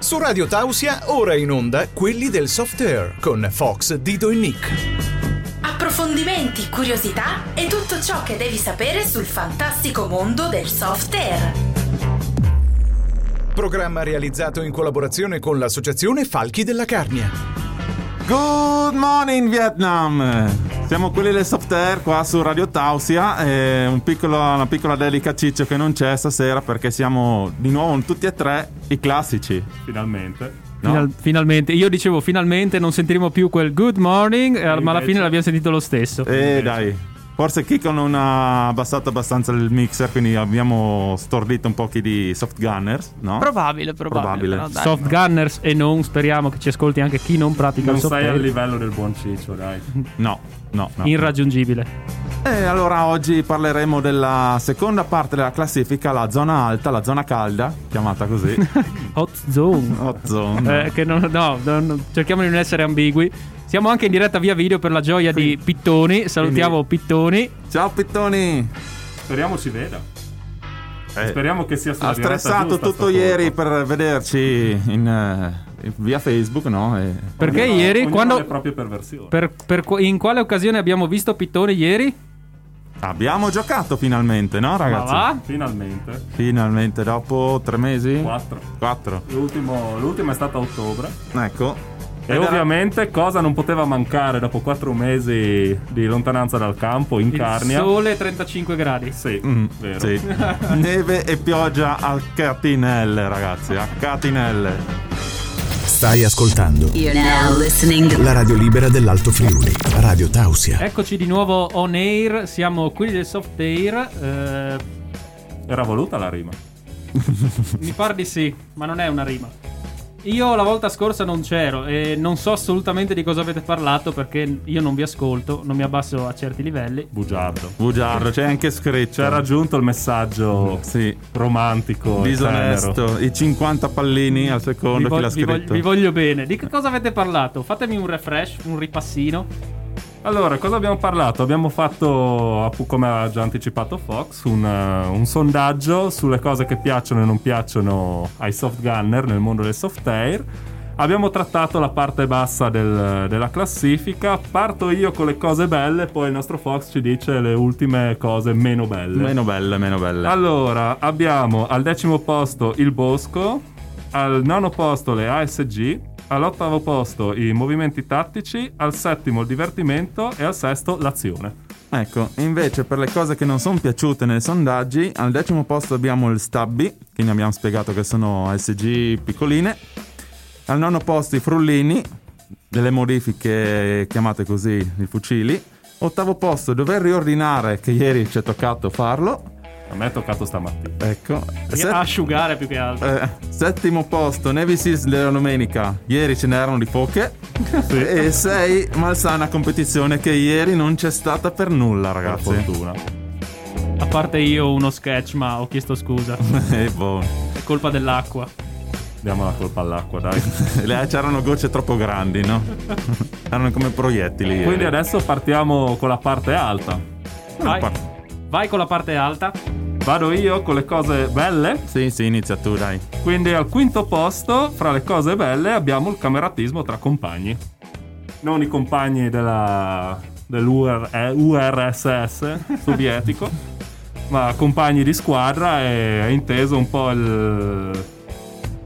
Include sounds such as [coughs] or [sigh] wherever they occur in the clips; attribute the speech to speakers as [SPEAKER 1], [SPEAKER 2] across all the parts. [SPEAKER 1] Su Radio Tausia, ora in onda quelli del soft air con Fox, Dido e Nick.
[SPEAKER 2] Approfondimenti, curiosità e tutto ciò che devi sapere sul fantastico mondo del soft air.
[SPEAKER 1] Programma realizzato in collaborazione con l'associazione Falchi della Carnia.
[SPEAKER 3] Good morning Vietnam! Siamo quelli del soft air qua su Radio Tausia e un piccolo- una piccola dedica a Ciccio che non c'è stasera perché siamo di nuovo in tutti e tre i classici,
[SPEAKER 4] Finalmente.
[SPEAKER 3] no?
[SPEAKER 5] Final- finalmente, io dicevo finalmente non sentiremo più quel good morning, eh, ma alla
[SPEAKER 4] invece- Eh,
[SPEAKER 5] fine l'abbiamo sentito lo stesso.
[SPEAKER 3] E dai, forse Kiko non ha abbassato abbastanza il mixer quindi abbiamo stordito un po' chi di soft gunners, no?
[SPEAKER 6] Probabile, probabile.
[SPEAKER 3] Probabile.
[SPEAKER 6] però dai.
[SPEAKER 5] Soft Gunners e non, speriamo che ci ascolti anche chi non pratica
[SPEAKER 4] Non
[SPEAKER 5] il soft
[SPEAKER 4] sei
[SPEAKER 5] air.
[SPEAKER 4] al livello del buon Ciccio, dai.
[SPEAKER 3] No, no, no.
[SPEAKER 5] Irraggiungibile.
[SPEAKER 3] E allora oggi parleremo della seconda parte della classifica, la zona alta, la zona calda, chiamata così.
[SPEAKER 5] [laughs]
[SPEAKER 4] Oh,
[SPEAKER 5] Hot Zone.
[SPEAKER 3] Hot zone.
[SPEAKER 5] Eh, che non- no, non- cerchiamo di non essere ambigui. Siamo anche in diretta via video per la gioia di Pittoni. Salutiamo Pittoni.
[SPEAKER 3] Ciao Pittoni!
[SPEAKER 4] Speriamo ci veda.
[SPEAKER 3] Eh,
[SPEAKER 4] Speriamo che sia sulla
[SPEAKER 3] ha
[SPEAKER 4] diretta
[SPEAKER 3] stressato
[SPEAKER 4] giusta
[SPEAKER 3] tutto
[SPEAKER 4] sto
[SPEAKER 3] ieri
[SPEAKER 4] colpo.
[SPEAKER 3] per vederci in, eh, via Facebook, no? E-
[SPEAKER 5] Perché
[SPEAKER 4] Ognuno-
[SPEAKER 5] ieri,
[SPEAKER 4] ognuno ha
[SPEAKER 5] quando,
[SPEAKER 4] le proprie perversioni.
[SPEAKER 5] per- per qu- in quale occasione abbiamo visto Pittoni ieri?
[SPEAKER 3] Abbiamo giocato finalmente, no
[SPEAKER 5] Ma
[SPEAKER 3] ragazzi?
[SPEAKER 5] va?
[SPEAKER 4] Finalmente.
[SPEAKER 3] Finalmente, dopo tre mesi?
[SPEAKER 4] Quattro.
[SPEAKER 3] Quattro.
[SPEAKER 4] L'ultimo, l'ultimo è stato a ottobre.
[SPEAKER 3] Ecco.
[SPEAKER 4] E
[SPEAKER 3] Ed era-
[SPEAKER 4] ovviamente cosa non poteva mancare dopo quattro mesi di lontananza dal campo in
[SPEAKER 5] Il
[SPEAKER 4] Carnia?
[SPEAKER 5] sole 35 gradi.
[SPEAKER 4] Sì,
[SPEAKER 3] Mm,
[SPEAKER 4] vero.
[SPEAKER 3] sì. Neve e pioggia a catinelle, ragazzi, a catinelle.
[SPEAKER 1] Stai ascoltando
[SPEAKER 7] You're now listening to
[SPEAKER 1] la radio libera dell'Alto Friuli, Radio Tausia.
[SPEAKER 5] Eccoci di nuovo on air, siamo qui del soft air. eh,
[SPEAKER 4] Era voluta la rima.
[SPEAKER 5] mi pare di sì, ma non è una rima. Io la volta scorsa non c'ero e non so assolutamente di cosa avete parlato perché io non vi ascolto, non mi abbasso a certi livelli.
[SPEAKER 4] Bugiardo.
[SPEAKER 3] Bugiardo, c'è anche scritto. Oh,
[SPEAKER 4] Ci ha raggiunto il messaggio
[SPEAKER 3] Sì.
[SPEAKER 4] romantico. e tenero.
[SPEAKER 3] Disonesto, i 50 pallini al
[SPEAKER 5] Vi,
[SPEAKER 3] secondo,
[SPEAKER 5] vog-
[SPEAKER 3] chi l'ha
[SPEAKER 5] vi vog-
[SPEAKER 3] scritto?
[SPEAKER 5] vi voglio bene. Di che cosa avete parlato? Fatemi un refresh, un ripassino.
[SPEAKER 3] Eh,
[SPEAKER 4] Allora, cosa abbiamo parlato? Abbiamo fatto, appu- come ha già anticipato Fox, un, eh, un sondaggio sulle cose che piacciono e non piacciono ai soft gunner nel mondo del soft air. Abbiamo trattato la parte bassa del- della classifica. Parto io con le cose belle, poi il nostro Fox ci dice le ultime cose meno belle.
[SPEAKER 3] Meno belle, meno belle.
[SPEAKER 4] Allora, abbiamo al decimo posto il Bosco, al nono posto le ASG, all'ottavo posto i movimenti tattici, al settimo il divertimento e al sesto l'azione.
[SPEAKER 3] Ecco, invece per le cose che non sono piaciute nei sondaggi, al decimo posto abbiamo il Stabby, quindi abbiamo spiegato che sono SG piccoline. Al nono posto i frullini, delle modifiche chiamate così i fucili. Ottavo posto dover riordinare, che ieri ci è toccato farlo.
[SPEAKER 4] A me è toccato stamattina.
[SPEAKER 3] Ecco. Set-
[SPEAKER 5] Asciugare più che altro.
[SPEAKER 3] eh, settimo posto Nevis Hills della domenica, ieri ce n'erano di poche. E sei malsana competizione che ieri non c'è stata per nulla,
[SPEAKER 4] Per
[SPEAKER 3] ragazzi.
[SPEAKER 4] fortuna.
[SPEAKER 5] A parte io uno sketch, ma ho chiesto scusa.
[SPEAKER 3] [laughs] Eh, boh.
[SPEAKER 5] È colpa dell'acqua.
[SPEAKER 4] Diamo la colpa all'acqua, dai.
[SPEAKER 3] Le- C'erano gocce troppo grandi, [laughs] no? Erano come proiettili. ieri.
[SPEAKER 4] Quindi adesso partiamo con la parte alta.
[SPEAKER 5] Vai,
[SPEAKER 3] par-
[SPEAKER 5] vai con la parte alta.
[SPEAKER 4] Vado io con le cose belle.
[SPEAKER 3] Sì, sì, inizia tu, dai.
[SPEAKER 4] Quindi al quinto posto, fra le cose belle, abbiamo il cameratismo tra compagni. Non i compagni eh, dell'URSS sovietico, ma compagni di squadra e è inteso un po' il-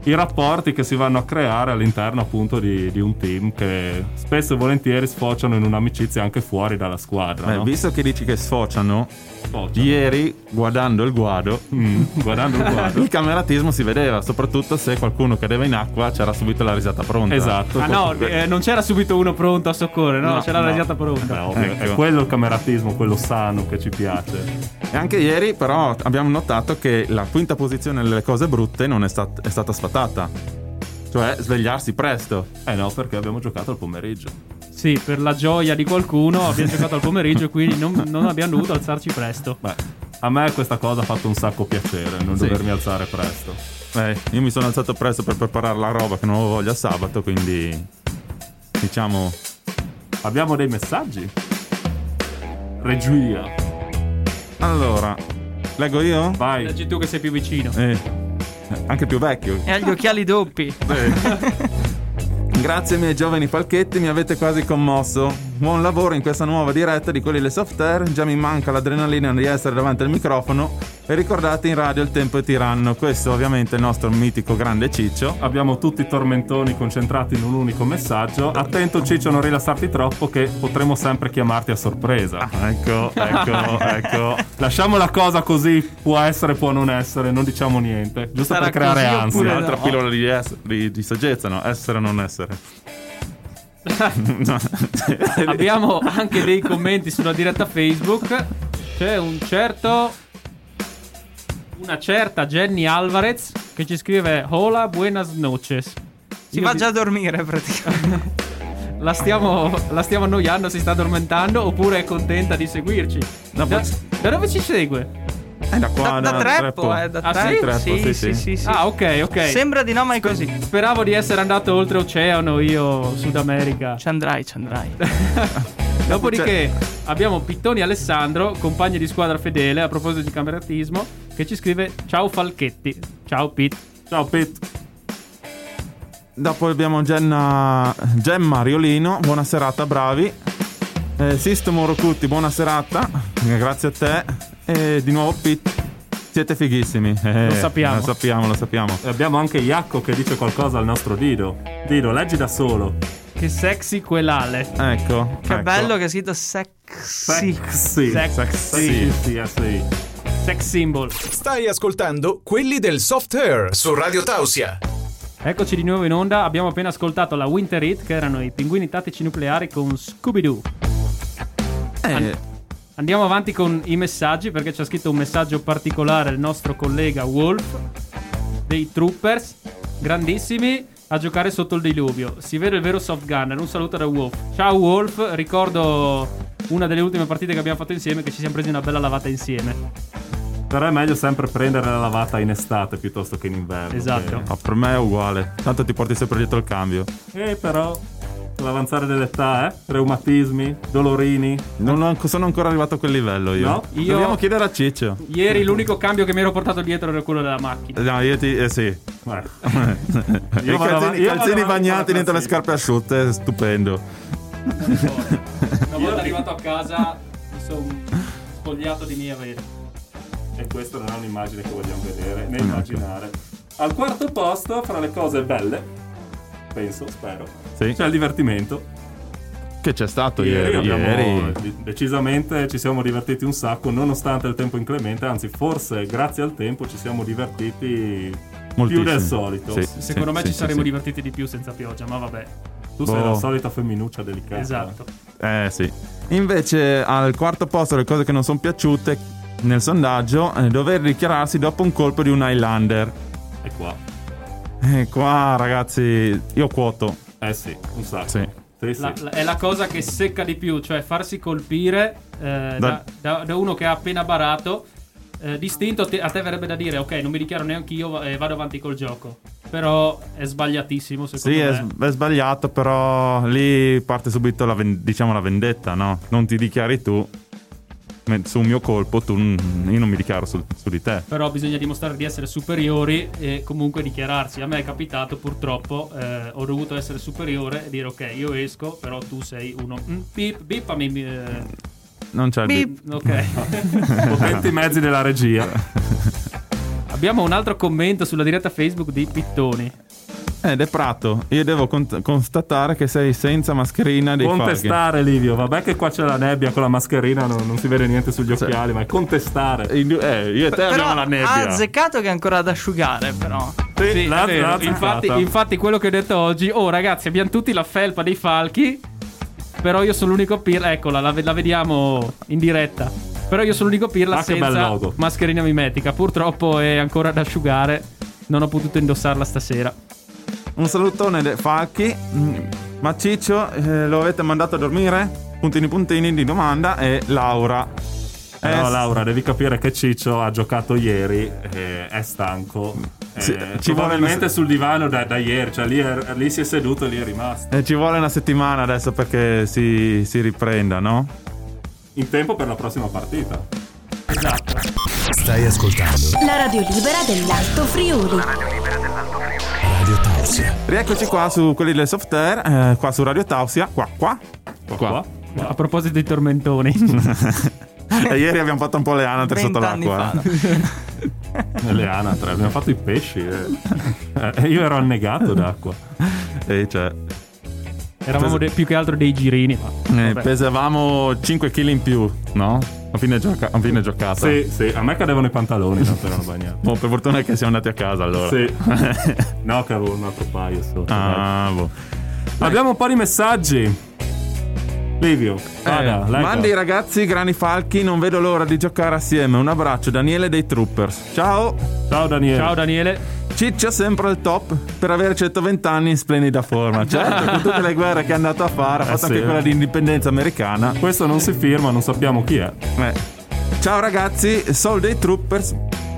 [SPEAKER 4] i rapporti che si vanno a creare all'interno appunto di, di un team che spesso e volentieri sfociano in un'amicizia anche fuori dalla squadra.
[SPEAKER 3] Beh,
[SPEAKER 4] no?
[SPEAKER 3] visto che dici che sfociano,
[SPEAKER 4] Sfociano.
[SPEAKER 3] ieri, guardando il guado,
[SPEAKER 4] Mm, guardando il
[SPEAKER 3] [laughs]
[SPEAKER 4] quadro.
[SPEAKER 3] il cameratismo si vedeva, soprattutto se qualcuno cadeva in acqua c'era subito la risata pronta.
[SPEAKER 4] Esatto.
[SPEAKER 5] Ah no, eh, non c'era subito uno pronto a soccorrere, no?
[SPEAKER 3] No,
[SPEAKER 5] c'era
[SPEAKER 3] no.
[SPEAKER 5] la risata pronta.
[SPEAKER 4] Beh, ovvio,
[SPEAKER 3] Ecco.
[SPEAKER 4] è quello il cameratismo, quello sano che ci piace.
[SPEAKER 3] E anche ieri, però, abbiamo notato che la quinta posizione delle cose brutte non è, stat- è stata sfatata. Cioè, svegliarsi presto.
[SPEAKER 4] Eh no, perché abbiamo giocato al pomeriggio.
[SPEAKER 5] Sì, per la gioia di qualcuno abbiamo giocato al pomeriggio, quindi non, non abbiamo dovuto alzarci presto.
[SPEAKER 4] Beh, a me questa cosa ha fatto un sacco piacere, non
[SPEAKER 3] Sì.
[SPEAKER 4] dovermi alzare presto.
[SPEAKER 3] Eh, io mi sono alzato presto per preparare la roba che non avevo voglia sabato, quindi. Diciamo.
[SPEAKER 4] Abbiamo dei messaggi? Regia,
[SPEAKER 3] Allora, leggo io?
[SPEAKER 4] vai.
[SPEAKER 5] Leggi tu che sei più vicino.
[SPEAKER 3] Eh. Eh, Anche più vecchio.
[SPEAKER 6] E ha gli occhiali doppi.
[SPEAKER 3] Grazie miei giovani palchetti, mi avete quasi commosso. Buon lavoro in questa nuova diretta di quelli le soft air. Già mi manca l'adrenalina di essere davanti al microfono. E ricordate in radio il tempo è tiranno. Questo ovviamente è il nostro mitico grande ciccio.
[SPEAKER 4] Abbiamo tutti i tormentoni concentrati in un unico messaggio. Attento Ciccio, non rilassarti troppo che potremo sempre chiamarti a sorpresa.
[SPEAKER 3] Ah,
[SPEAKER 4] Ecco,
[SPEAKER 3] [laughs]
[SPEAKER 6] [laughs]
[SPEAKER 4] ecco, ecco. Lasciamo la cosa così, può essere, può non essere, non diciamo niente. Giusto
[SPEAKER 6] Sarà
[SPEAKER 4] per creare
[SPEAKER 6] così
[SPEAKER 4] ansia.
[SPEAKER 6] oppure no?
[SPEAKER 3] Un'altra pillola di, es- di- di saggezza, no? Essere o non
[SPEAKER 6] [laughs]
[SPEAKER 3] essere. No.
[SPEAKER 5] Abbiamo anche dei commenti sulla diretta Facebook. C'è un certo. Una certa Jenny Alvarez che ci scrive: Hola, buenas noches.
[SPEAKER 6] Si
[SPEAKER 5] Io
[SPEAKER 6] va
[SPEAKER 5] di-
[SPEAKER 6] già a dormire praticamente.
[SPEAKER 5] La stiamo, la stiamo annoiando, si sta addormentando oppure è contenta di seguirci.
[SPEAKER 3] No,
[SPEAKER 5] da,
[SPEAKER 3] poi-
[SPEAKER 5] da dove ci segue?
[SPEAKER 3] Eh, da [laughs] qua,
[SPEAKER 6] Da, da treppo,
[SPEAKER 3] Treppo.
[SPEAKER 6] eh, da
[SPEAKER 5] Ah, sì?
[SPEAKER 6] treppo.
[SPEAKER 3] Treppo, sì, sì.
[SPEAKER 5] Ah, ok, ok.
[SPEAKER 6] Sembra di no, ma è così.
[SPEAKER 5] Speravo di essere andato oltre oceano io, Sud America.
[SPEAKER 6] [laughs] Ci andrai, ci
[SPEAKER 3] [laughs]
[SPEAKER 6] andrai.
[SPEAKER 3] Ecco.
[SPEAKER 5] Dopodiché abbiamo Pittoni Alessandro, compagno di squadra fedele, a proposito di cameratismo, che ci scrive Ciao Falchetti. Ciao Pit.
[SPEAKER 4] Ciao Pete.
[SPEAKER 3] Dopo abbiamo Genna, Gemma Riolino, buona serata, bravi. Eh, Sisto Cutti, buona serata, eh, grazie a te. E di nuovo Pit, siete fighissimi. Eh,
[SPEAKER 5] Lo sappiamo.
[SPEAKER 3] Lo sappiamo, lo sappiamo.
[SPEAKER 4] E abbiamo anche Iacco che dice qualcosa al nostro Dido. Dido, leggi da solo.
[SPEAKER 5] Che sexy quell'ale.
[SPEAKER 3] Ecco.
[SPEAKER 6] Che
[SPEAKER 3] ecco.
[SPEAKER 6] bello che è scritto sexy.
[SPEAKER 4] Sexy.
[SPEAKER 5] Sexy.
[SPEAKER 4] Sexy. Sì, eh, sì.
[SPEAKER 5] Sex symbol.
[SPEAKER 1] Stai ascoltando quelli del soft air su Radio Tausia.
[SPEAKER 5] Eccoci di nuovo in onda. Abbiamo appena ascoltato la Winter Hit, che erano i pinguini tattici nucleari con Scooby-Doo.
[SPEAKER 3] Eh,
[SPEAKER 5] Andiamo avanti con i messaggi perché ci ha scritto un messaggio particolare il nostro collega Wolf dei Troopers, grandissimi a giocare sotto il diluvio. Si vede il vero soft gunner. Un saluto da Wolf. Ciao Wolf, ricordo una delle ultime partite che abbiamo fatto insieme che ci siamo presi una bella lavata insieme.
[SPEAKER 4] Però è meglio sempre prendere la lavata in estate piuttosto che in inverno.
[SPEAKER 5] Esatto.
[SPEAKER 3] no, per me è uguale. Tanto ti porti sempre dietro il cambio.
[SPEAKER 4] E però l'avanzare dell'età, eh? Reumatismi, dolorini.
[SPEAKER 3] Non ho- sono ancora arrivato a quel livello io.
[SPEAKER 4] No,
[SPEAKER 5] io-
[SPEAKER 3] Dobbiamo chiedere a Ciccio.
[SPEAKER 5] Ieri l'unico cambio che mi ero portato dietro era quello della
[SPEAKER 3] [laughs]
[SPEAKER 5] macchina.
[SPEAKER 3] No, io ti... Eh sì.
[SPEAKER 4] Eh,
[SPEAKER 3] I Eh,
[SPEAKER 4] vado avanti-
[SPEAKER 3] calzini,
[SPEAKER 4] io vado
[SPEAKER 3] calzini
[SPEAKER 4] avanti
[SPEAKER 3] bagnati
[SPEAKER 4] con la
[SPEAKER 3] dentro le
[SPEAKER 4] classifica.
[SPEAKER 3] scarpe asciutte, stupendo.
[SPEAKER 5] Una volta arrivato a casa mi sono spogliato di mia vera.
[SPEAKER 4] E questa non è un'immagine che vogliamo vedere né immaginare. Al quarto posto, fra le cose belle, penso, spero,
[SPEAKER 3] Sì.
[SPEAKER 4] c'è il divertimento.
[SPEAKER 3] Che c'è stato
[SPEAKER 4] Cioè, Ieri,
[SPEAKER 3] Esatto, ieri?
[SPEAKER 4] abbiamo
[SPEAKER 3] ieri.
[SPEAKER 4] decisamente ci siamo divertiti un sacco, nonostante il tempo inclemente, anzi forse grazie al tempo ci siamo divertiti più
[SPEAKER 3] Moltissimo.
[SPEAKER 4] del solito.
[SPEAKER 3] Sì.
[SPEAKER 4] S-
[SPEAKER 5] Secondo me
[SPEAKER 3] sì,
[SPEAKER 5] ci
[SPEAKER 3] sì,
[SPEAKER 5] saremmo
[SPEAKER 3] sì.
[SPEAKER 5] divertiti di più senza pioggia, ma vabbè.
[SPEAKER 4] Tu sei
[SPEAKER 3] Boh.
[SPEAKER 4] la solita femminuccia delicata.
[SPEAKER 5] Esatto.
[SPEAKER 3] Eh sì. Invece al quarto posto le cose che non sono piaciute nel sondaggio eh, dover dichiararsi dopo un colpo di un Highlander.
[SPEAKER 4] È qua.
[SPEAKER 3] Eh, qua ragazzi, io quoto.
[SPEAKER 4] Eh sì, un sacco.
[SPEAKER 3] Sì.
[SPEAKER 4] Sì, sì.
[SPEAKER 5] La- la- è la cosa che secca di più, cioè farsi colpire eh, da, da- da uno che ha appena barato. eh, distinto te- a te verrebbe da dire, ok, non mi dichiaro neanche io e vado avanti col gioco. Però è sbagliatissimo secondo
[SPEAKER 3] Sì,
[SPEAKER 5] me.
[SPEAKER 3] è, s- è sbagliato, però lì parte subito la, ven- diciamo, la vendetta, no? Non ti dichiari tu me- su un mio colpo, tu n- io non mi dichiaro su, su di te.
[SPEAKER 5] Però bisogna dimostrare di essere superiori e comunque dichiararsi. A me è capitato purtroppo, eh, ho dovuto essere superiore e dire ok, io esco, però tu sei uno... Mm, bip, bippami. eh,
[SPEAKER 3] Non c'è il
[SPEAKER 6] Bip.
[SPEAKER 4] [laughs]
[SPEAKER 5] ok.
[SPEAKER 4] Potenti mezzi
[SPEAKER 3] [laughs]
[SPEAKER 4] della regia.
[SPEAKER 5] Abbiamo un altro commento sulla diretta Facebook di Pittoni.
[SPEAKER 3] Eh, Ed è Prato, io devo cont- constatare che sei senza mascherina dei falchi.
[SPEAKER 4] contestare, Livio. Vabbè che qua c'è la nebbia con la mascherina, no- non si vede niente sugli occhiali, ma è contestare.
[SPEAKER 3] In due- Eh, io e te
[SPEAKER 6] Però
[SPEAKER 3] abbiamo la
[SPEAKER 6] ha
[SPEAKER 3] nebbia.
[SPEAKER 6] azzeccato che è ancora ad asciugare, però.
[SPEAKER 4] Sì, l'ha-
[SPEAKER 5] è vero.
[SPEAKER 4] l'ha
[SPEAKER 5] infatti,
[SPEAKER 4] azzeccata.
[SPEAKER 5] infatti quello che ho detto oggi, oh ragazzi abbiamo tutti la felpa dei falchi, però io sono l'unico pirla, eccola, la, ve- la vediamo in diretta. Però io sono l'unico pirla
[SPEAKER 4] Ah, che bel
[SPEAKER 5] senza
[SPEAKER 4] logo.
[SPEAKER 5] mascherina mimetica, purtroppo è ancora da asciugare, non ho potuto indossarla stasera.
[SPEAKER 3] Un salutone dei Falchi. Mm, Ma Ciccio, eh, lo avete mandato a dormire? Puntini puntini di domanda e Laura.
[SPEAKER 4] Però
[SPEAKER 3] Eh,
[SPEAKER 4] Laura, devi capire che Ciccio ha giocato ieri, eh, è stanco. eh,
[SPEAKER 3] Sì, ci
[SPEAKER 4] probabilmente
[SPEAKER 3] vuole-
[SPEAKER 4] sul divano da, da ieri, cioè lì, è- lì si è seduto e lì è rimasto.
[SPEAKER 3] eh, ci vuole una settimana adesso perché si, si riprenda, no?
[SPEAKER 4] In tempo per la prossima partita.
[SPEAKER 5] Esatto.
[SPEAKER 1] Stai ascoltando
[SPEAKER 2] La radio libera dell'Alto Friuli.
[SPEAKER 1] Radio Tausia.
[SPEAKER 3] Rieccoci qua su quelli del soft air, eh, qua su Radio Tausia, qua
[SPEAKER 6] [laughs]
[SPEAKER 3] qua.
[SPEAKER 4] Qua,
[SPEAKER 5] Qua.
[SPEAKER 4] qua.
[SPEAKER 5] A proposito
[SPEAKER 4] [laughs]
[SPEAKER 5] dei tormentoni,
[SPEAKER 3] E ieri abbiamo fatto un po' le anatre sotto
[SPEAKER 6] Vent'anni
[SPEAKER 3] l'acqua.
[SPEAKER 6] fa.
[SPEAKER 3] eh.
[SPEAKER 4] Eh, Le anatre, abbiamo fatto i pesci. [laughs] eh. Eh, io ero annegato d'acqua.
[SPEAKER 3] [laughs] E cioè,
[SPEAKER 5] eravamo de- più che altro dei girini. Ma
[SPEAKER 3] eh,
[SPEAKER 5] vabbè.
[SPEAKER 3] pesavamo 5 kg in più, no? A fine, gioca- a fine giocata.
[SPEAKER 4] Sì, sì, a me cadevano i pantaloni, tanto [laughs] erano bagnati.
[SPEAKER 3] Boh, per fortuna che siamo andati a casa allora.
[SPEAKER 4] Sì. No, che avevo un altro paio sotto.
[SPEAKER 3] Ah, boh.
[SPEAKER 4] dai. Abbiamo un po' di messaggi. Livio,
[SPEAKER 3] Eh,
[SPEAKER 4] vada, legga.
[SPEAKER 3] mandi ragazzi, grani falchi, non vedo l'ora di giocare assieme. Un abbraccio, Daniele dei Troopers. Ciao!
[SPEAKER 4] Ciao Daniele.
[SPEAKER 5] Ciao Daniele,
[SPEAKER 3] Ciccia sempre al top per avere 120 anni in splendida [laughs] forma. Certo, con tutte le guerre che è andato a fare, ha fatto
[SPEAKER 4] sì.
[SPEAKER 3] anche quella di indipendenza americana.
[SPEAKER 4] Questo non si firma, non sappiamo chi è.
[SPEAKER 3] Eh. Ciao ragazzi, Soul dei Troopers.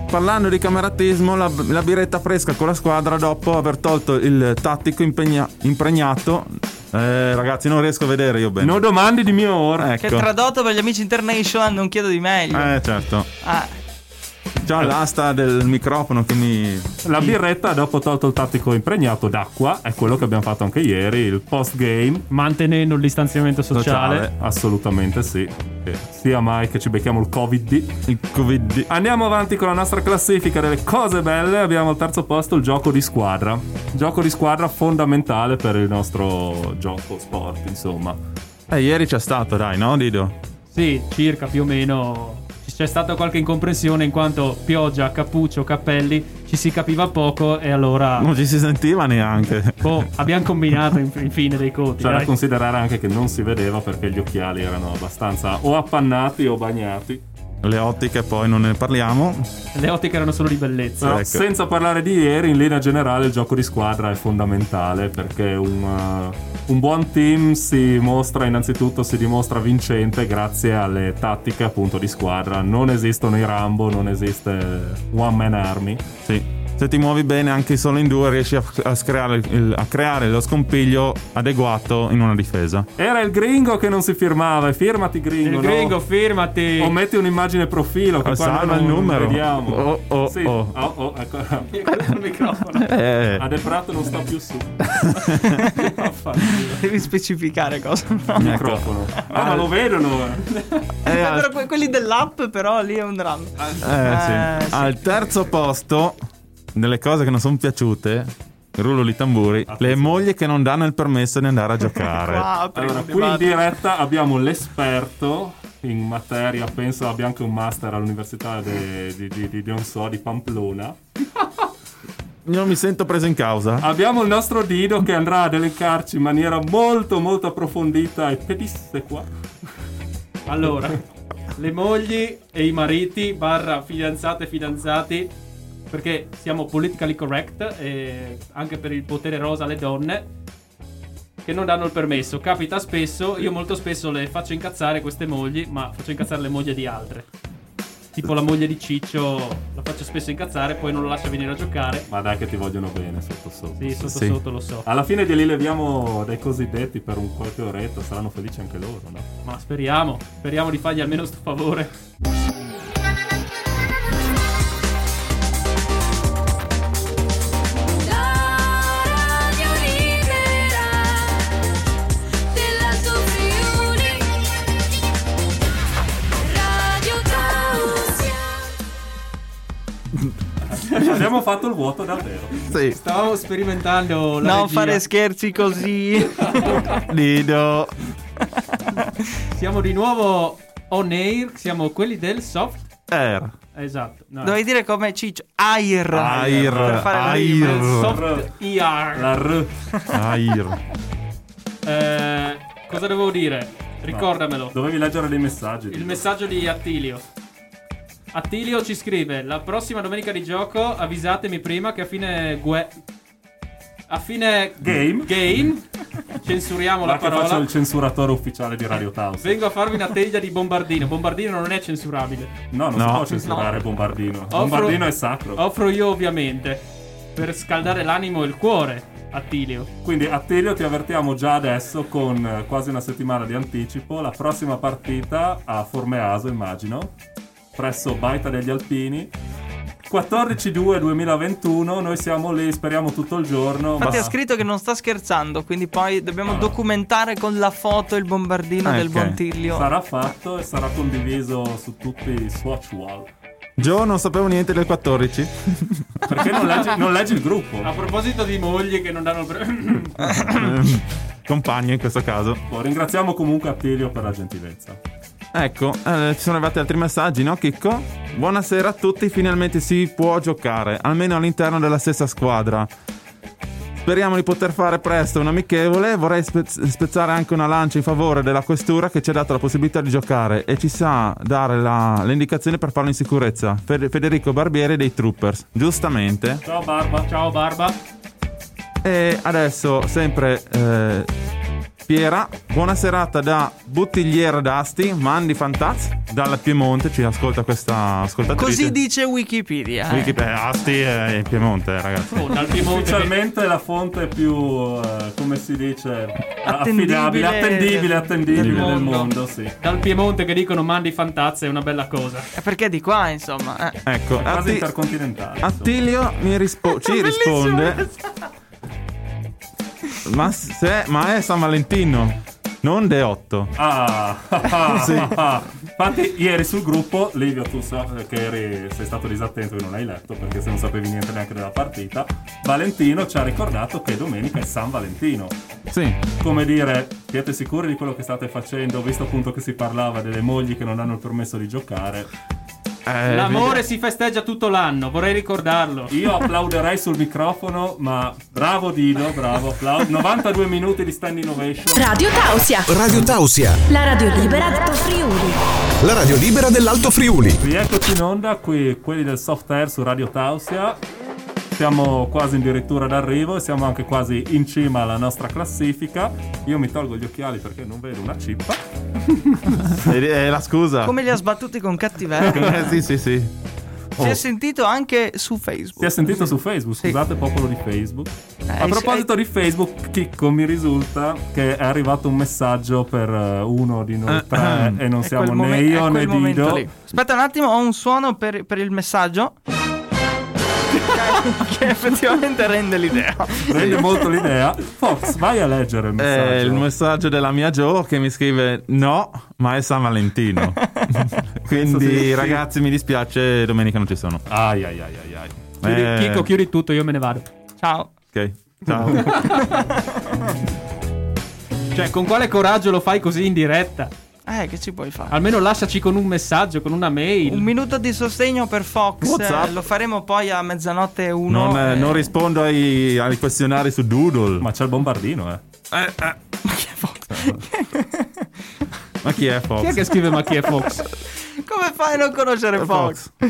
[SPEAKER 3] Parlando di cameratismo, la, la biretta fresca con la squadra dopo aver tolto il tattico impegna- impregnato. Eh, ragazzi, non riesco a vedere io bene.
[SPEAKER 4] No domande di mio ora.
[SPEAKER 3] ecco.
[SPEAKER 6] [laughs] Che tradotto per gli amici international non chiedo di meglio.
[SPEAKER 3] Eh, certo.
[SPEAKER 6] Ah,
[SPEAKER 3] Ciao l'asta del microfono che mi.
[SPEAKER 4] La birretta, dopo tolto il tattico impregnato d'acqua, è quello che abbiamo fatto anche ieri, il post game.
[SPEAKER 5] mantenendo il distanziamento sociale.
[SPEAKER 3] Sociale.
[SPEAKER 4] Assolutamente sì. Eh, Sia mai che ci becchiamo il Covid.
[SPEAKER 3] Il Covid.
[SPEAKER 4] Andiamo avanti con la nostra classifica delle cose belle. Abbiamo al terzo posto il gioco di squadra. Gioco di squadra fondamentale per il nostro gioco sport, insomma.
[SPEAKER 3] Eh, ieri c'è stato, dai, no, Dido?
[SPEAKER 5] Sì, circa più o meno. C'è stata qualche incomprensione in quanto pioggia, cappuccio, cappelli, ci si capiva poco e allora
[SPEAKER 3] Non ci si sentiva neanche.
[SPEAKER 5] boh, abbiamo combinato in- infine dei conti.
[SPEAKER 4] C'è da
[SPEAKER 5] dai.
[SPEAKER 4] considerare anche che non si vedeva perché gli occhiali erano abbastanza o appannati o bagnati.
[SPEAKER 3] Le ottiche poi non ne parliamo.
[SPEAKER 5] Le ottiche erano solo di bellezza.
[SPEAKER 4] Però
[SPEAKER 3] Ecco.
[SPEAKER 4] senza parlare di ieri, in linea generale il gioco di squadra è fondamentale perché un, uh, un buon team si mostra innanzitutto, si dimostra vincente grazie alle tattiche appunto di squadra. Non esistono i Rambo, non esiste One Man Army.
[SPEAKER 3] Sì. Se ti muovi bene anche solo in due riesci a, a screare il- a creare lo scompiglio adeguato in una difesa.
[SPEAKER 4] Era il gringo che non si firmava, e firmati gringo.
[SPEAKER 5] Il
[SPEAKER 4] no?
[SPEAKER 5] gringo, firmati.
[SPEAKER 4] O metti un'immagine profilo che
[SPEAKER 3] Oh,
[SPEAKER 4] qua
[SPEAKER 3] salva
[SPEAKER 4] non
[SPEAKER 3] il numero.
[SPEAKER 4] Vediamo.
[SPEAKER 3] Oh, oh,
[SPEAKER 4] Sì.
[SPEAKER 3] oh.
[SPEAKER 4] oh, ecco. [laughs]
[SPEAKER 5] [laughs] Il microfono.
[SPEAKER 3] Eh,
[SPEAKER 4] Ade Prato non sta più su.
[SPEAKER 3] Ecco.
[SPEAKER 6] devi specificare cosa.
[SPEAKER 4] Il microfono. Ah, ma lo vedono.
[SPEAKER 3] [laughs]
[SPEAKER 4] eh.
[SPEAKER 3] eh,
[SPEAKER 6] Eh, [laughs] però
[SPEAKER 3] al,
[SPEAKER 6] que- quelli dell'app, però lì è un dramma.
[SPEAKER 3] eh, sì.
[SPEAKER 6] eh, sì.
[SPEAKER 3] Al terzo posto, delle cose che non sono piaciute, rullo di tamburi, le mogli che non danno il permesso di andare a [laughs] giocare.
[SPEAKER 6] Qua apri
[SPEAKER 4] Allora,
[SPEAKER 6] un
[SPEAKER 4] qui in
[SPEAKER 6] dibattito.
[SPEAKER 4] diretta abbiamo l'esperto in materia, penso abbia anche un master all'università de- di, di- di- di- non so, di Pamplona.
[SPEAKER 3] Io mi sento preso in causa.
[SPEAKER 4] Abbiamo il nostro Dido che andrà ad elencarci in maniera molto molto approfondita e pedisse qua.
[SPEAKER 5] Allora, le mogli e i mariti, barra fidanzate e fidanzati, perché siamo politically correct, e anche per il potere rosa alle donne, che non danno il permesso. Capita spesso, io molto spesso le faccio incazzare queste mogli, ma faccio incazzare le mogli di altre. Tipo la moglie di Ciccio, la faccio spesso incazzare, poi non la lascia venire a giocare.
[SPEAKER 4] Ma dai che ti vogliono bene sotto sotto.
[SPEAKER 5] Sì, sotto
[SPEAKER 3] Sì.
[SPEAKER 5] sotto lo so,
[SPEAKER 4] Alla fine glieli leviamo dai cosiddetti per un qualche oretta, saranno felici anche loro,
[SPEAKER 5] [laughs]
[SPEAKER 4] no?
[SPEAKER 5] ma speriamo, speriamo di fargli almeno sto favore.
[SPEAKER 7] La radio libera dell'Alto Friuli Radio Tausia
[SPEAKER 4] Abbiamo fatto il vuoto davvero.
[SPEAKER 3] Sì.
[SPEAKER 5] Stavamo sperimentando la
[SPEAKER 6] Non
[SPEAKER 5] regia.
[SPEAKER 6] fare scherzi così.
[SPEAKER 3] [laughs] Dido.
[SPEAKER 5] Siamo di nuovo on air, siamo quelli del soft.
[SPEAKER 3] Air.
[SPEAKER 5] Esatto. No.
[SPEAKER 6] Ah. Dovevi dire come Ciccio. Air.
[SPEAKER 3] Air,
[SPEAKER 6] Per fare la
[SPEAKER 3] air.
[SPEAKER 6] rima.
[SPEAKER 5] Del soft ER.
[SPEAKER 4] La R.
[SPEAKER 3] Air.
[SPEAKER 5] Eh, cosa dovevo dire? Ricordamelo.
[SPEAKER 4] Dovevi leggere dei messaggi.
[SPEAKER 5] Il messaggio di Attilio. Attilio ci scrive: La prossima domenica di gioco avvisatemi prima che a fine gue- a fine
[SPEAKER 4] Game.
[SPEAKER 5] game censuriamo la
[SPEAKER 4] Guarda che
[SPEAKER 5] parola.
[SPEAKER 4] faccio il censuratore ufficiale di Radio Taos.
[SPEAKER 5] Vengo a farvi una teglia di bombardino. Bombardino non è censurabile.
[SPEAKER 4] No, non
[SPEAKER 3] No.
[SPEAKER 4] si può censurare Bombardino. Bombardino è sacro.
[SPEAKER 5] Offro io, ovviamente. Per scaldare l'animo e il cuore, Attilio.
[SPEAKER 4] Quindi Attilio ti avvertiamo già adesso con eh, quasi una settimana di anticipo. La prossima partita a Formeaso, immagino. presso Baita degli Alpini. 14-2-2021, noi siamo lì, speriamo tutto il giorno.
[SPEAKER 6] Infatti
[SPEAKER 4] ma-
[SPEAKER 6] ha scritto che non sta scherzando, quindi poi dobbiamo documentare con la foto il bombardino
[SPEAKER 3] Ah,
[SPEAKER 6] del
[SPEAKER 3] ok.
[SPEAKER 6] Bontiglio.
[SPEAKER 4] Sarà fatto e sarà condiviso su tutti i Swatch Wall.
[SPEAKER 3] Joe non sapevo niente del [coughs] 14.
[SPEAKER 4] Perché non leggi, non leggi il gruppo?
[SPEAKER 5] A proposito di mogli che non danno il pre- [coughs]
[SPEAKER 3] Ehm, Compagno in questo caso.
[SPEAKER 4] Boh, Ringraziamo comunque Attilio per la gentilezza.
[SPEAKER 3] Ecco, eh, ci sono arrivati altri messaggi, no Chicco? Buonasera a tutti, finalmente si può giocare, almeno all'interno della stessa squadra. Speriamo di poter fare presto un amichevole, vorrei spez- spezzare anche una lancia in favore della questura che ci ha dato la possibilità di giocare e ci sa dare la- le indicazioni per farlo in sicurezza. Fe- Federico Barbieri dei Troopers, giustamente.
[SPEAKER 4] Ciao Barba.
[SPEAKER 5] Ciao Barba.
[SPEAKER 3] E adesso sempre eh, Piera, buona serata da Bottigliera d'Asti, Mandy Fantaz, dalla Piemonte, ci ascolta questa ascoltatrice.
[SPEAKER 6] Così dice Wikipedia. eh.
[SPEAKER 3] Wikipedia, Asti è in Piemonte, ragazzi.
[SPEAKER 5] Oh, dal Piemonte.
[SPEAKER 4] Ufficialmente la fonte più, eh, come si dice,
[SPEAKER 6] Attendibile.
[SPEAKER 4] affidabile, attendibile, attendibile del mondo, sì.
[SPEAKER 5] Dal Piemonte che dicono mandi fantazze è una bella cosa.
[SPEAKER 6] Eh, Perché di qua, insomma.
[SPEAKER 4] Esatto.
[SPEAKER 6] eh.
[SPEAKER 3] Ecco,
[SPEAKER 4] Quasi
[SPEAKER 3] Atti-
[SPEAKER 4] intercontinentale. insomma.
[SPEAKER 3] Attilio mi rispo- ci
[SPEAKER 6] Bellissimo
[SPEAKER 3] risponde,
[SPEAKER 6] questo.
[SPEAKER 3] ma, se- ma è San Valentino, non De 8.
[SPEAKER 4] Ah, ah,
[SPEAKER 3] [laughs] Sì.
[SPEAKER 4] ah. infatti ieri sul gruppo, Livio tu sa che eri, sei stato disattento e non hai letto perché se non sapevi niente neanche della partita, Valentino ci ha ricordato che domenica è San Valentino.
[SPEAKER 3] Sì,
[SPEAKER 4] Come dire, siete sicuri di quello che state facendo, visto appunto che si parlava delle mogli che non hanno il permesso di giocare?
[SPEAKER 3] eh,
[SPEAKER 5] L'amore si festeggia tutto l'anno, vorrei ricordarlo.
[SPEAKER 4] Io applauderei sul microfono, ma bravo Dido, bravo, applauso. 92 minuti di stand innovation.
[SPEAKER 2] Radio Tausia,
[SPEAKER 1] Radio Tausia,
[SPEAKER 2] la radio libera d'Alto Friuli.
[SPEAKER 1] la radio libera dell'Alto Friuli.
[SPEAKER 4] Rieccoci in onda, qui quelli del soft air su Radio Tausia. Siamo quasi addirittura d'arrivo e siamo anche quasi in cima alla nostra classifica. Io mi tolgo gli occhiali perché non vedo una cippa.
[SPEAKER 3] vedi- è la scusa.
[SPEAKER 6] Come li ha sbattuti con cattiveria.
[SPEAKER 4] [laughs]
[SPEAKER 3] Eh,
[SPEAKER 4] Esatto.
[SPEAKER 3] sì, sì, sì.
[SPEAKER 6] Si è sentito anche su
[SPEAKER 4] Si è
[SPEAKER 6] Facebook.
[SPEAKER 4] sentito su Facebook,
[SPEAKER 6] Sì.
[SPEAKER 4] scusate popolo di Facebook.
[SPEAKER 6] Eh,
[SPEAKER 4] A proposito di Facebook, Chicco, mi risulta che è arrivato un messaggio per eh, uno di noi tre e non
[SPEAKER 6] ehm, È
[SPEAKER 4] siamo
[SPEAKER 6] quel
[SPEAKER 4] né
[SPEAKER 6] momen-
[SPEAKER 4] io
[SPEAKER 6] è
[SPEAKER 4] né
[SPEAKER 6] quel momento
[SPEAKER 4] Dido.
[SPEAKER 6] lì. Aspetta un attimo, ho un suono per, per il messaggio.
[SPEAKER 4] [laughs]
[SPEAKER 6] che effettivamente rende l'idea.
[SPEAKER 4] Rende molto l'idea. Fox, vai a leggere il messaggio.
[SPEAKER 3] È Eh, il messaggio della mia Joe che mi scrive no, ma è San Valentino. Quindi
[SPEAKER 4] Sì, sì.
[SPEAKER 3] ragazzi mi dispiace, domenica non ci sono.
[SPEAKER 4] Ai ai ai ai ai.
[SPEAKER 5] Chiudi-
[SPEAKER 3] Eh,
[SPEAKER 5] Chicco, chiudi tutto, io me ne vado.
[SPEAKER 6] Ciao.
[SPEAKER 3] Ok, ciao.
[SPEAKER 5] Cioè, con quale coraggio lo fai così in diretta?
[SPEAKER 6] Eh, che ci puoi fare?
[SPEAKER 5] Almeno lasciaci con un messaggio, con una mail.
[SPEAKER 6] Un minuto di sostegno per Fox.
[SPEAKER 3] WhatsApp.
[SPEAKER 6] eh, Lo faremo poi a mezzanotte e uno.
[SPEAKER 3] non, eh,
[SPEAKER 6] eh.
[SPEAKER 3] non rispondo ai, ai questionari su Doodle. Ma,
[SPEAKER 4] Ma c'è il bombardino, eh.
[SPEAKER 6] [laughs] Ma che Fox? [laughs]
[SPEAKER 3] ma chi è Fox?
[SPEAKER 5] Chi è che scrive ma chi è Fox?
[SPEAKER 6] Come fai a non conoscere
[SPEAKER 3] È
[SPEAKER 6] Fox?
[SPEAKER 3] Eh,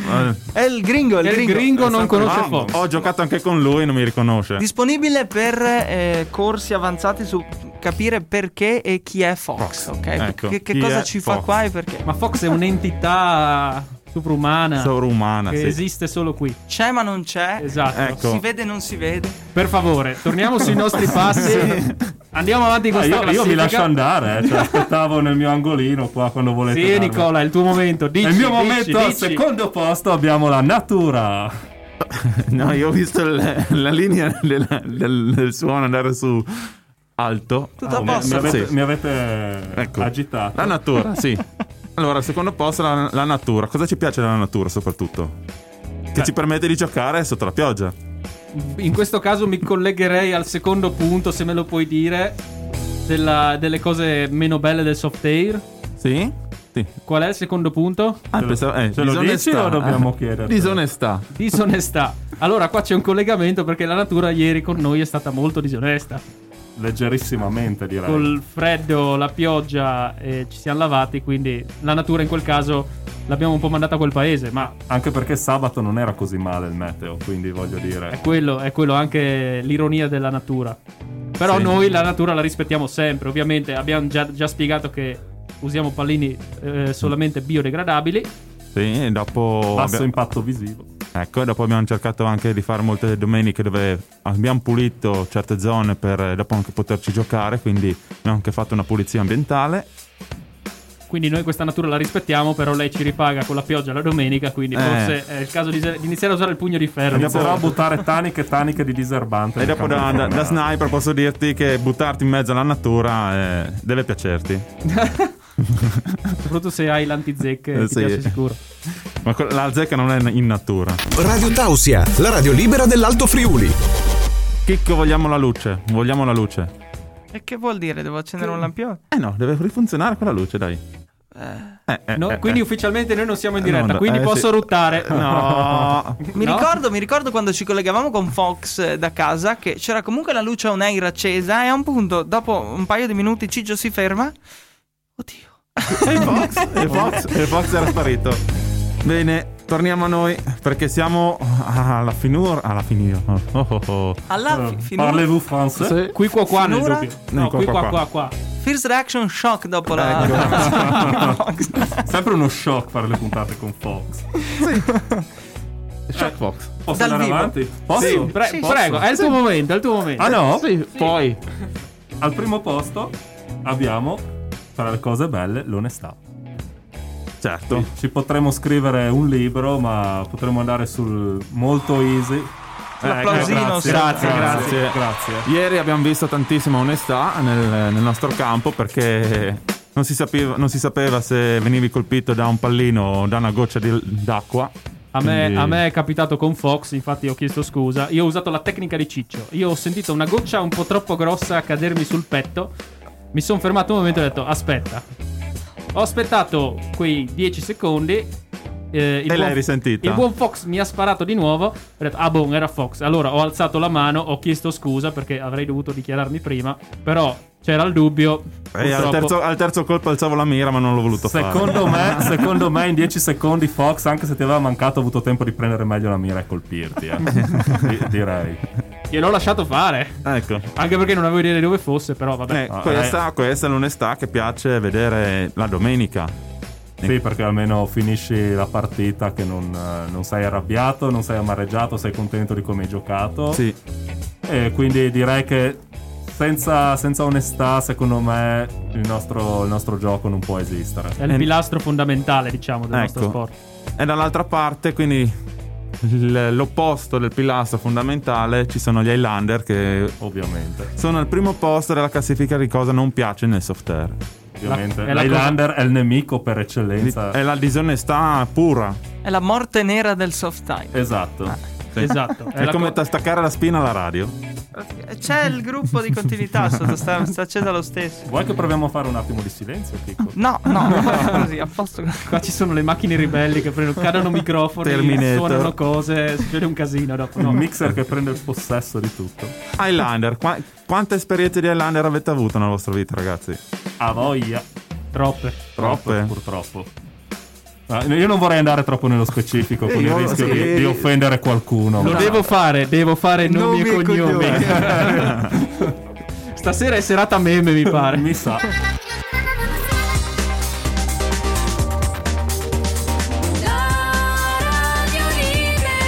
[SPEAKER 6] È il gringo, il
[SPEAKER 5] Il
[SPEAKER 6] gringo.
[SPEAKER 5] gringo non conosce
[SPEAKER 3] ah,
[SPEAKER 5] Fox.
[SPEAKER 3] Ho giocato anche con lui, non mi riconosce.
[SPEAKER 6] Disponibile per eh, corsi avanzati su capire perché e chi è Fox, ok?
[SPEAKER 3] ecco.
[SPEAKER 6] Che, che
[SPEAKER 3] Chi
[SPEAKER 6] cosa
[SPEAKER 3] è
[SPEAKER 6] ci fa
[SPEAKER 3] Fox?
[SPEAKER 6] qua e perché?
[SPEAKER 5] Ma Fox è un'entità sovrumana
[SPEAKER 3] Sovrumana,
[SPEAKER 5] che
[SPEAKER 3] sì.
[SPEAKER 5] esiste solo qui.
[SPEAKER 6] C'è ma non c'è.
[SPEAKER 5] Esatto.
[SPEAKER 3] Ecco.
[SPEAKER 6] Si vede non si vede.
[SPEAKER 5] Per favore, torniamo sui
[SPEAKER 4] [laughs]
[SPEAKER 5] nostri passi. Andiamo avanti con
[SPEAKER 4] Ah,
[SPEAKER 5] questa
[SPEAKER 4] io, io
[SPEAKER 5] classifica.
[SPEAKER 4] mi lascio andare, eh. Cioè, aspettavo nel mio angolino qua quando volete.
[SPEAKER 5] Sì,
[SPEAKER 4] darmi-
[SPEAKER 5] Nicola, è il tuo momento. Dici,
[SPEAKER 4] Nel mio
[SPEAKER 5] dici,
[SPEAKER 4] momento, al
[SPEAKER 5] dici.
[SPEAKER 4] secondo posto, abbiamo la natura.
[SPEAKER 3] No, io ho visto il- la linea del, del- del suono andare su alto. Ah,
[SPEAKER 6] Tutto a
[SPEAKER 4] Mi, mi
[SPEAKER 6] posto.
[SPEAKER 4] avete,
[SPEAKER 3] Sì.
[SPEAKER 4] mi avete
[SPEAKER 3] Ecco.
[SPEAKER 4] agitato.
[SPEAKER 3] La natura,
[SPEAKER 4] [laughs]
[SPEAKER 3] sì. Allora, secondo posto la, la natura. Cosa ci piace della natura soprattutto? Che ci permette di giocare sotto la pioggia.
[SPEAKER 5] In questo caso mi collegherei al secondo punto, se me lo puoi dire, della- delle cose meno belle del soft air.
[SPEAKER 3] Sì? Sì.
[SPEAKER 5] Qual è il secondo punto?
[SPEAKER 3] Ah,
[SPEAKER 4] Ce lo-
[SPEAKER 3] pensavo- eh,
[SPEAKER 4] ce lo
[SPEAKER 3] disonestà.
[SPEAKER 4] dici
[SPEAKER 3] [laughs]
[SPEAKER 4] o dobbiamo chiedertelo?
[SPEAKER 3] Disonestà.
[SPEAKER 5] Disonestà. Allora, qua c'è un collegamento perché la natura ieri con noi è stata molto disonesta.
[SPEAKER 4] Leggerissimamente, direi.
[SPEAKER 5] Col freddo, la pioggia, eh, ci siamo lavati, quindi la natura in quel caso l'abbiamo un po' mandata a quel paese, ma
[SPEAKER 4] Anche perché sabato non era così male il meteo, quindi voglio
[SPEAKER 5] è
[SPEAKER 4] dire.
[SPEAKER 5] quello, è quello anche l'ironia della natura. Però
[SPEAKER 3] Sì.
[SPEAKER 5] noi la natura la rispettiamo sempre, ovviamente abbiamo già, già spiegato che usiamo pallini eh, solamente biodegradabili.
[SPEAKER 3] Sì, e dopo.
[SPEAKER 4] Basso
[SPEAKER 3] abbiamo-
[SPEAKER 4] impatto visivo.
[SPEAKER 3] Ecco, e dopo abbiamo cercato anche di fare molte domeniche dove abbiamo pulito certe zone per eh, dopo anche poterci giocare. Quindi abbiamo anche fatto una pulizia ambientale.
[SPEAKER 5] Quindi noi questa natura la rispettiamo, però lei ci ripaga con la pioggia la domenica, quindi
[SPEAKER 3] Eh.
[SPEAKER 5] forse è il caso di, di iniziare a usare il pugno di ferro.
[SPEAKER 4] Andiamo però a buttare taniche e taniche di diserbante.
[SPEAKER 3] E
[SPEAKER 4] nel
[SPEAKER 3] dopo
[SPEAKER 4] campo
[SPEAKER 3] da,
[SPEAKER 4] di
[SPEAKER 3] da- da
[SPEAKER 4] fornello.
[SPEAKER 3] sniper posso dirti che buttarti in mezzo alla natura eh, deve piacerti.
[SPEAKER 5] Soprattutto se hai l'antizecche,
[SPEAKER 3] Eh,
[SPEAKER 5] ti
[SPEAKER 3] sì.
[SPEAKER 5] piace sicuro.
[SPEAKER 3] Ma que- la zecca non è in natura.
[SPEAKER 1] Radio Tausia, la radio libera dell'Alto Friuli.
[SPEAKER 3] Chicco, vogliamo la luce. Vogliamo la luce.
[SPEAKER 6] E che vuol dire? Devo accendere un lampione?
[SPEAKER 3] Eh no, deve rifunzionare quella luce, dai. Eh, eh,
[SPEAKER 5] No,
[SPEAKER 3] eh,
[SPEAKER 5] quindi
[SPEAKER 3] eh.
[SPEAKER 5] ufficialmente noi non siamo in
[SPEAKER 3] Eh, no,
[SPEAKER 5] diretta,
[SPEAKER 3] no,
[SPEAKER 5] quindi
[SPEAKER 3] eh,
[SPEAKER 5] posso
[SPEAKER 3] sì.
[SPEAKER 5] ruttare.
[SPEAKER 3] [laughs] No.
[SPEAKER 6] Mi,
[SPEAKER 5] No?
[SPEAKER 6] ricordo, mi ricordo quando ci collegavamo con Fox eh, da casa che c'era comunque la luce a un'air accesa e a un punto, dopo un paio di minuti, Ciccio si ferma. Oddio.
[SPEAKER 3] [laughs] e Fox, e Fox, e Fox era sparito. Bene, torniamo a noi perché siamo alla finura. Alla finura. Oh, oh, oh.
[SPEAKER 6] Alla
[SPEAKER 4] Eh,
[SPEAKER 6] fi- finura,
[SPEAKER 4] Parlez-vous français?
[SPEAKER 5] Qui qua qua nel
[SPEAKER 6] Finora?
[SPEAKER 5] dubbio.
[SPEAKER 3] No,
[SPEAKER 5] No,
[SPEAKER 3] qua,
[SPEAKER 5] qui
[SPEAKER 3] qua,
[SPEAKER 5] qua
[SPEAKER 3] qua.
[SPEAKER 5] qua qua.
[SPEAKER 6] first reaction shock dopo la la- Fox.
[SPEAKER 4] Sempre uno shock fare le puntate con Fox. Eh,
[SPEAKER 8] Shock Fox.
[SPEAKER 4] Posso
[SPEAKER 6] Dal
[SPEAKER 4] andare
[SPEAKER 6] vivo.
[SPEAKER 4] avanti? Posso?
[SPEAKER 5] Sì, pre-
[SPEAKER 6] Sì, sì.
[SPEAKER 5] prego, è il tuo momento, è il tuo momento.
[SPEAKER 4] Ah no?
[SPEAKER 8] Sì, poi.
[SPEAKER 4] Al primo posto abbiamo, tra le cose belle, l'onestà.
[SPEAKER 3] Certo.
[SPEAKER 4] Ci potremmo scrivere un libro, ma potremmo andare sul molto easy. Eh,
[SPEAKER 6] L'applausino, sì.
[SPEAKER 4] grazie, grazie, grazie,
[SPEAKER 3] Eh, Grazie. Ieri abbiamo visto tantissima onestà nel, nel nostro campo perché non si, sapeva, non si sapeva se venivi colpito da un pallino o da una goccia di- d'acqua.
[SPEAKER 5] A me,
[SPEAKER 3] Quindi-
[SPEAKER 5] a me è capitato con Fox, infatti ho chiesto scusa. Io ho usato la tecnica di Ciccio. Io ho sentito una goccia un po' troppo grossa cadermi sul petto. Mi sono fermato un momento e ho detto aspetta. Ho aspettato quei 10 secondi. eh,
[SPEAKER 3] E
[SPEAKER 5] il
[SPEAKER 3] l'hai
[SPEAKER 5] buon-
[SPEAKER 3] risentita?
[SPEAKER 5] Il buon Fox mi ha sparato di nuovo. Ho detto, ah, boh, era Fox. Allora ho alzato la mano, ho chiesto scusa perché avrei dovuto dichiararmi prima. Però c'era il dubbio.
[SPEAKER 3] E al
[SPEAKER 5] purtroppo-
[SPEAKER 3] terzo, al terzo colpo alzavo la mira, ma non l'ho voluto fare.
[SPEAKER 4] Secondo me,
[SPEAKER 3] [laughs]
[SPEAKER 4] secondo me in 10 secondi Fox, anche se ti aveva mancato, ha avuto tempo di prendere meglio la mira e colpirti. eh. Di- direi.
[SPEAKER 5] Gliel'ho lasciato fare.
[SPEAKER 3] Ecco.
[SPEAKER 5] Anche perché non avevo idea di dove fosse, però vabbè.
[SPEAKER 3] Eh, questa, questa è l'onestà che piace vedere la domenica.
[SPEAKER 4] Sì, perché almeno finisci la partita che non, eh, non sei arrabbiato, non sei amareggiato, sei contento di come hai giocato.
[SPEAKER 3] Sì.
[SPEAKER 4] E quindi direi che senza, senza onestà, secondo me, il nostro, il nostro gioco non può esistere.
[SPEAKER 5] È il
[SPEAKER 3] Eh,
[SPEAKER 5] pilastro fondamentale, diciamo, del nostro
[SPEAKER 3] Ecco.
[SPEAKER 5] sport.
[SPEAKER 3] E dall'altra parte, quindi l- l'opposto del pilastro fondamentale, ci sono gli Highlander che
[SPEAKER 4] Ovviamente.
[SPEAKER 3] sono al primo posto della classifica di cosa non piace nel soft air.
[SPEAKER 4] Ovviamente.
[SPEAKER 5] è la
[SPEAKER 4] L'Highlander è il nemico per
[SPEAKER 3] Di-
[SPEAKER 4] eccellenza.
[SPEAKER 3] È la disonestà pura.
[SPEAKER 6] [laughs] È la morte nera del soft time.
[SPEAKER 4] Esatto.
[SPEAKER 3] Ah.
[SPEAKER 5] Esatto.
[SPEAKER 3] È,
[SPEAKER 5] la
[SPEAKER 3] come
[SPEAKER 5] co-
[SPEAKER 3] staccare la spina alla radio.
[SPEAKER 6] C'è il gruppo di continuità, sotto sta, sta accesa lo stesso.
[SPEAKER 4] Vuoi che proviamo a fare un attimo di silenzio, Chicco?
[SPEAKER 6] No, no, così, a posto così.
[SPEAKER 5] Qua ci sono le macchine ribelli che prendono, cadono microfoni,
[SPEAKER 3] Terminator.
[SPEAKER 5] suonano cose, succede un casino dopo.
[SPEAKER 4] Un
[SPEAKER 5] No.
[SPEAKER 4] mixer che prende il possesso di tutto.
[SPEAKER 3] Highlander, qua- quante esperienze di Highlander avete avuto nella vostra vita, ragazzi?
[SPEAKER 4] A voglia.
[SPEAKER 5] Troppe.
[SPEAKER 3] Troppe?
[SPEAKER 4] Purtroppo. Ah, io non vorrei andare troppo nello specifico con il
[SPEAKER 3] io-
[SPEAKER 4] rischio
[SPEAKER 3] sì.
[SPEAKER 4] di, di offendere qualcuno.
[SPEAKER 5] Lo
[SPEAKER 4] ma- [laughs]
[SPEAKER 5] devo fare, devo fare nomi, e cognomi. [laughs] Stasera è serata meme, mi pare.
[SPEAKER 4] Mi sa.
[SPEAKER 7] La radio libera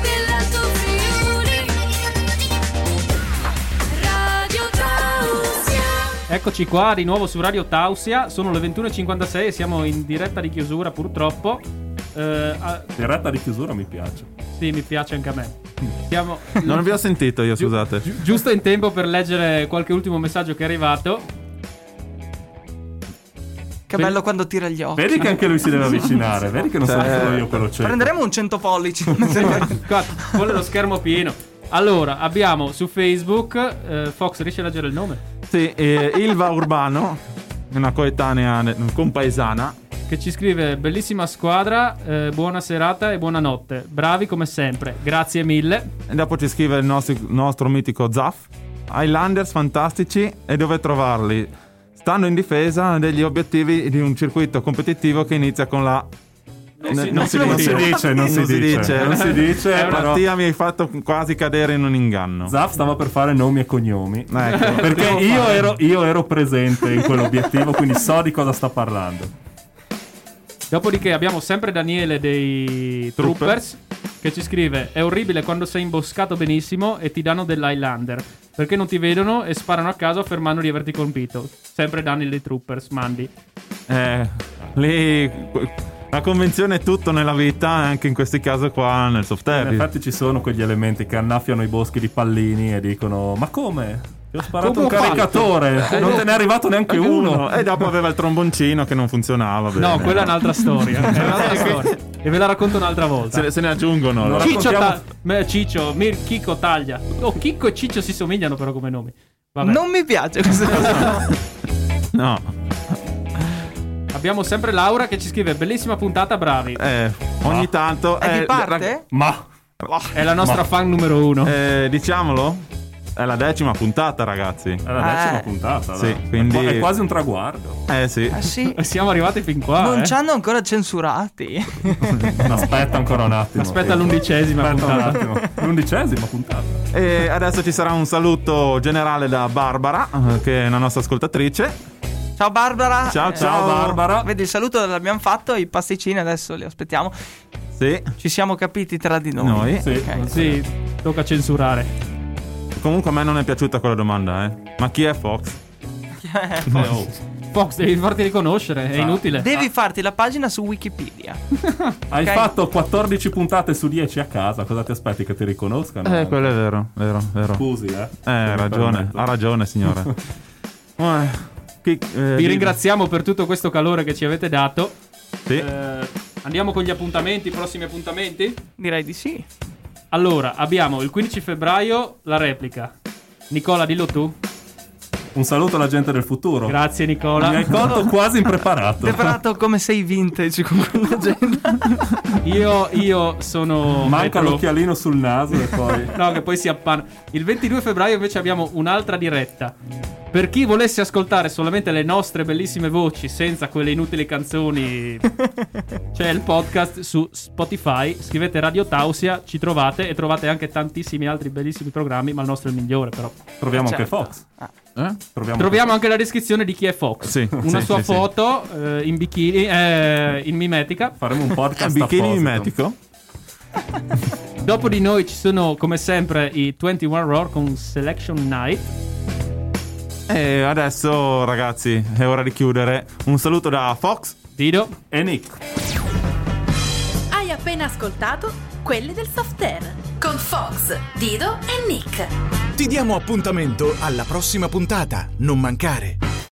[SPEAKER 7] dell'Alto Friuli. Radio Tausia.
[SPEAKER 5] Eccoci qua di nuovo su Radio Tausia. Sono le 21.56 e siamo in diretta di chiusura, purtroppo. Eh, ah,
[SPEAKER 4] Diretta di chiusura mi piace.
[SPEAKER 5] sì, mi piace anche a me.
[SPEAKER 3] [laughs]
[SPEAKER 5] Siamo.
[SPEAKER 3] Non vi ho sentito io,
[SPEAKER 5] Giu-
[SPEAKER 3] Mm. scusate.
[SPEAKER 5] giu- giusto in tempo per leggere qualche ultimo messaggio che è arrivato.
[SPEAKER 6] Che bello quando tira gli occhi.
[SPEAKER 4] Vedi che anche lui si deve avvicinare. Vedi che non sono
[SPEAKER 3] Cioè,
[SPEAKER 4] solo io quello cieco.
[SPEAKER 6] Prenderemo un 100 pollici.
[SPEAKER 5] Qua, con lo schermo pieno. Allora, abbiamo su Facebook eh, Fox, riesci a leggere il nome?
[SPEAKER 3] Sì, eh, Ilva Urbano, una coetanea ne- compaesana.
[SPEAKER 5] Che ci scrive bellissima squadra, eh, buona serata e buonanotte. Bravi come sempre. Grazie mille.
[SPEAKER 3] E dopo ci scrive il nostro, nostro mitico Zaff. Highlanders fantastici e dove trovarli? Stanno in difesa degli obiettivi di un circuito competitivo che inizia con la... Ne- Non,
[SPEAKER 4] Non si dice, non, si, dice. Non si dice,
[SPEAKER 3] Eh,
[SPEAKER 4] però
[SPEAKER 3] Mattia mi hai fatto quasi cadere in un inganno.
[SPEAKER 4] Zaf stava per fare nomi e cognomi.
[SPEAKER 3] Ecco.
[SPEAKER 4] [laughs] Perché io ero, io ero presente in quell'obiettivo, quindi so di cosa sta parlando.
[SPEAKER 5] Dopodiché abbiamo sempre Daniele dei
[SPEAKER 3] Trooper.
[SPEAKER 5] Troopers. che ci scrive: È orribile quando sei imboscato benissimo e ti danno dell'Highlander perché non ti vedono e sparano a caso affermando di averti colpito. Sempre danni dei troopers, mandi.
[SPEAKER 3] Eh, lì la convenzione è tutto nella vita, anche in questi casi qua nel soft
[SPEAKER 4] In
[SPEAKER 3] air.
[SPEAKER 4] effetti ci sono quegli elementi che annaffiano i boschi di pallini e dicono: Ma come? Ti ho sparato un
[SPEAKER 5] Come ho fatto?"
[SPEAKER 4] caricatore, non te ne è arrivato
[SPEAKER 3] eh,
[SPEAKER 4] neanche uno.
[SPEAKER 3] E dopo aveva il tromboncino che non funzionava. bene.
[SPEAKER 5] No, quella è un'altra storia.
[SPEAKER 3] [laughs]
[SPEAKER 5] è un'altra storia. E ve la racconto un'altra volta.
[SPEAKER 3] Se, ne- se ne aggiungono. allora.
[SPEAKER 4] Chi-
[SPEAKER 5] Ciccio,
[SPEAKER 4] raccontiamo-
[SPEAKER 5] ta- me- Ciccio, Mir, Chico taglia. Oh, Chicco e Ciccio si somigliano però come nomi. Vabbè.
[SPEAKER 6] Non mi piace questa cosa.
[SPEAKER 3] No,
[SPEAKER 5] Abbiamo sempre Laura che ci scrive: Bellissima puntata, bravi.
[SPEAKER 3] eh, ogni
[SPEAKER 4] Ma-
[SPEAKER 3] tanto.
[SPEAKER 6] È
[SPEAKER 3] eh,
[SPEAKER 6] di parte?
[SPEAKER 4] Ma
[SPEAKER 5] È la nostra fan numero uno.
[SPEAKER 3] rag- eh, diciamolo, è la decima puntata, ragazzi.
[SPEAKER 4] è la decima
[SPEAKER 6] Eh.
[SPEAKER 4] puntata.
[SPEAKER 3] Sì,
[SPEAKER 4] dai.
[SPEAKER 3] quindi-
[SPEAKER 4] È quasi un traguardo.
[SPEAKER 3] Eh sì.
[SPEAKER 6] Ah sì.
[SPEAKER 5] Siamo arrivati fin
[SPEAKER 3] Ah,
[SPEAKER 5] qua.
[SPEAKER 6] Non
[SPEAKER 5] eh.
[SPEAKER 6] ci hanno
[SPEAKER 3] [laughs]
[SPEAKER 6] ancora censurati.
[SPEAKER 4] No, [laughs] aspetta ancora un attimo.
[SPEAKER 5] Aspetta l'undicesima
[SPEAKER 4] Eh. Aspetta un
[SPEAKER 5] puntata.
[SPEAKER 4] attimo. L'undicesima puntata.
[SPEAKER 3] E adesso ci sarà un saluto generale da Barbara, eh, che è una nostra ascoltatrice.
[SPEAKER 6] Ciao Barbara.
[SPEAKER 3] Ciao,
[SPEAKER 6] Eh,
[SPEAKER 3] ciao,
[SPEAKER 4] Barbara.
[SPEAKER 6] Vedi il saluto l'abbiamo fatto, i pasticcini adesso li aspettiamo.
[SPEAKER 3] Sì,
[SPEAKER 6] Ci siamo capiti tra di noi.
[SPEAKER 3] noi.
[SPEAKER 4] Sì.
[SPEAKER 6] Ok.
[SPEAKER 5] Sì, tocca censurare.
[SPEAKER 3] Comunque a me non è piaciuta quella domanda, eh. Ma chi è Fox?
[SPEAKER 4] Eh, oh.
[SPEAKER 5] Fox, devi farti riconoscere, è
[SPEAKER 4] Ah.
[SPEAKER 5] inutile.
[SPEAKER 6] Devi farti la pagina su Wikipedia.
[SPEAKER 4] Hai
[SPEAKER 6] Ok.
[SPEAKER 4] fatto 14 puntate su 10 a casa. Cosa ti aspetti che ti riconoscano?
[SPEAKER 3] Eh, quello è vero, vero, vero.
[SPEAKER 4] Scusi, eh.
[SPEAKER 3] Eh, ha ragione, ha ragione, [laughs] signora. Eh, chi- eh,
[SPEAKER 5] Vi ringraziamo per tutto questo calore che ci avete dato.
[SPEAKER 3] Sì.
[SPEAKER 5] Eh, andiamo con gli appuntamenti, i prossimi appuntamenti?
[SPEAKER 6] Direi di sì.
[SPEAKER 5] Allora, abbiamo il 15 febbraio la replica. Nicola, dillo tu.
[SPEAKER 4] Un saluto alla gente del futuro.
[SPEAKER 5] Grazie
[SPEAKER 4] Mi hai
[SPEAKER 5] Nicola.
[SPEAKER 4] colto quasi impreparato.
[SPEAKER 6] Preparato come sei vintage con
[SPEAKER 3] [laughs]
[SPEAKER 6] quell'agenda.
[SPEAKER 5] Io, io sono...
[SPEAKER 4] Manca
[SPEAKER 5] retro.
[SPEAKER 4] l'occhialino sul naso e [laughs] poi.
[SPEAKER 5] No, che poi si appanna. Il 22 febbraio invece abbiamo un'altra diretta. Per chi volesse ascoltare solamente le nostre bellissime voci senza quelle inutili canzoni, c'è il podcast su Spotify. Scrivete Radio Tausia, ci trovate e trovate anche tantissimi altri bellissimi programmi, ma il nostro è il migliore però.
[SPEAKER 4] Troviamo
[SPEAKER 6] Certo.
[SPEAKER 4] anche Fox.
[SPEAKER 3] Eh?
[SPEAKER 4] Troviamo,
[SPEAKER 5] Troviamo anche la descrizione di chi è Fox.
[SPEAKER 3] Sì,
[SPEAKER 5] Una
[SPEAKER 3] sì,
[SPEAKER 5] sua
[SPEAKER 3] sì, sì.
[SPEAKER 5] foto eh, in bikini, eh, in mimetica.
[SPEAKER 4] Faremo un podcast.
[SPEAKER 3] Bikini
[SPEAKER 4] apposito.
[SPEAKER 3] mimetico?
[SPEAKER 5] Dopo di noi ci sono come sempre i 21 Roar con Selection Night.
[SPEAKER 3] E adesso, ragazzi, è ora di chiudere. Un saluto da Fox.
[SPEAKER 5] Dido.
[SPEAKER 4] E Nick.
[SPEAKER 2] Hai appena ascoltato quelli del soft air con Fox, Dido e Nick.
[SPEAKER 1] Ti diamo appuntamento alla prossima puntata. Non mancare.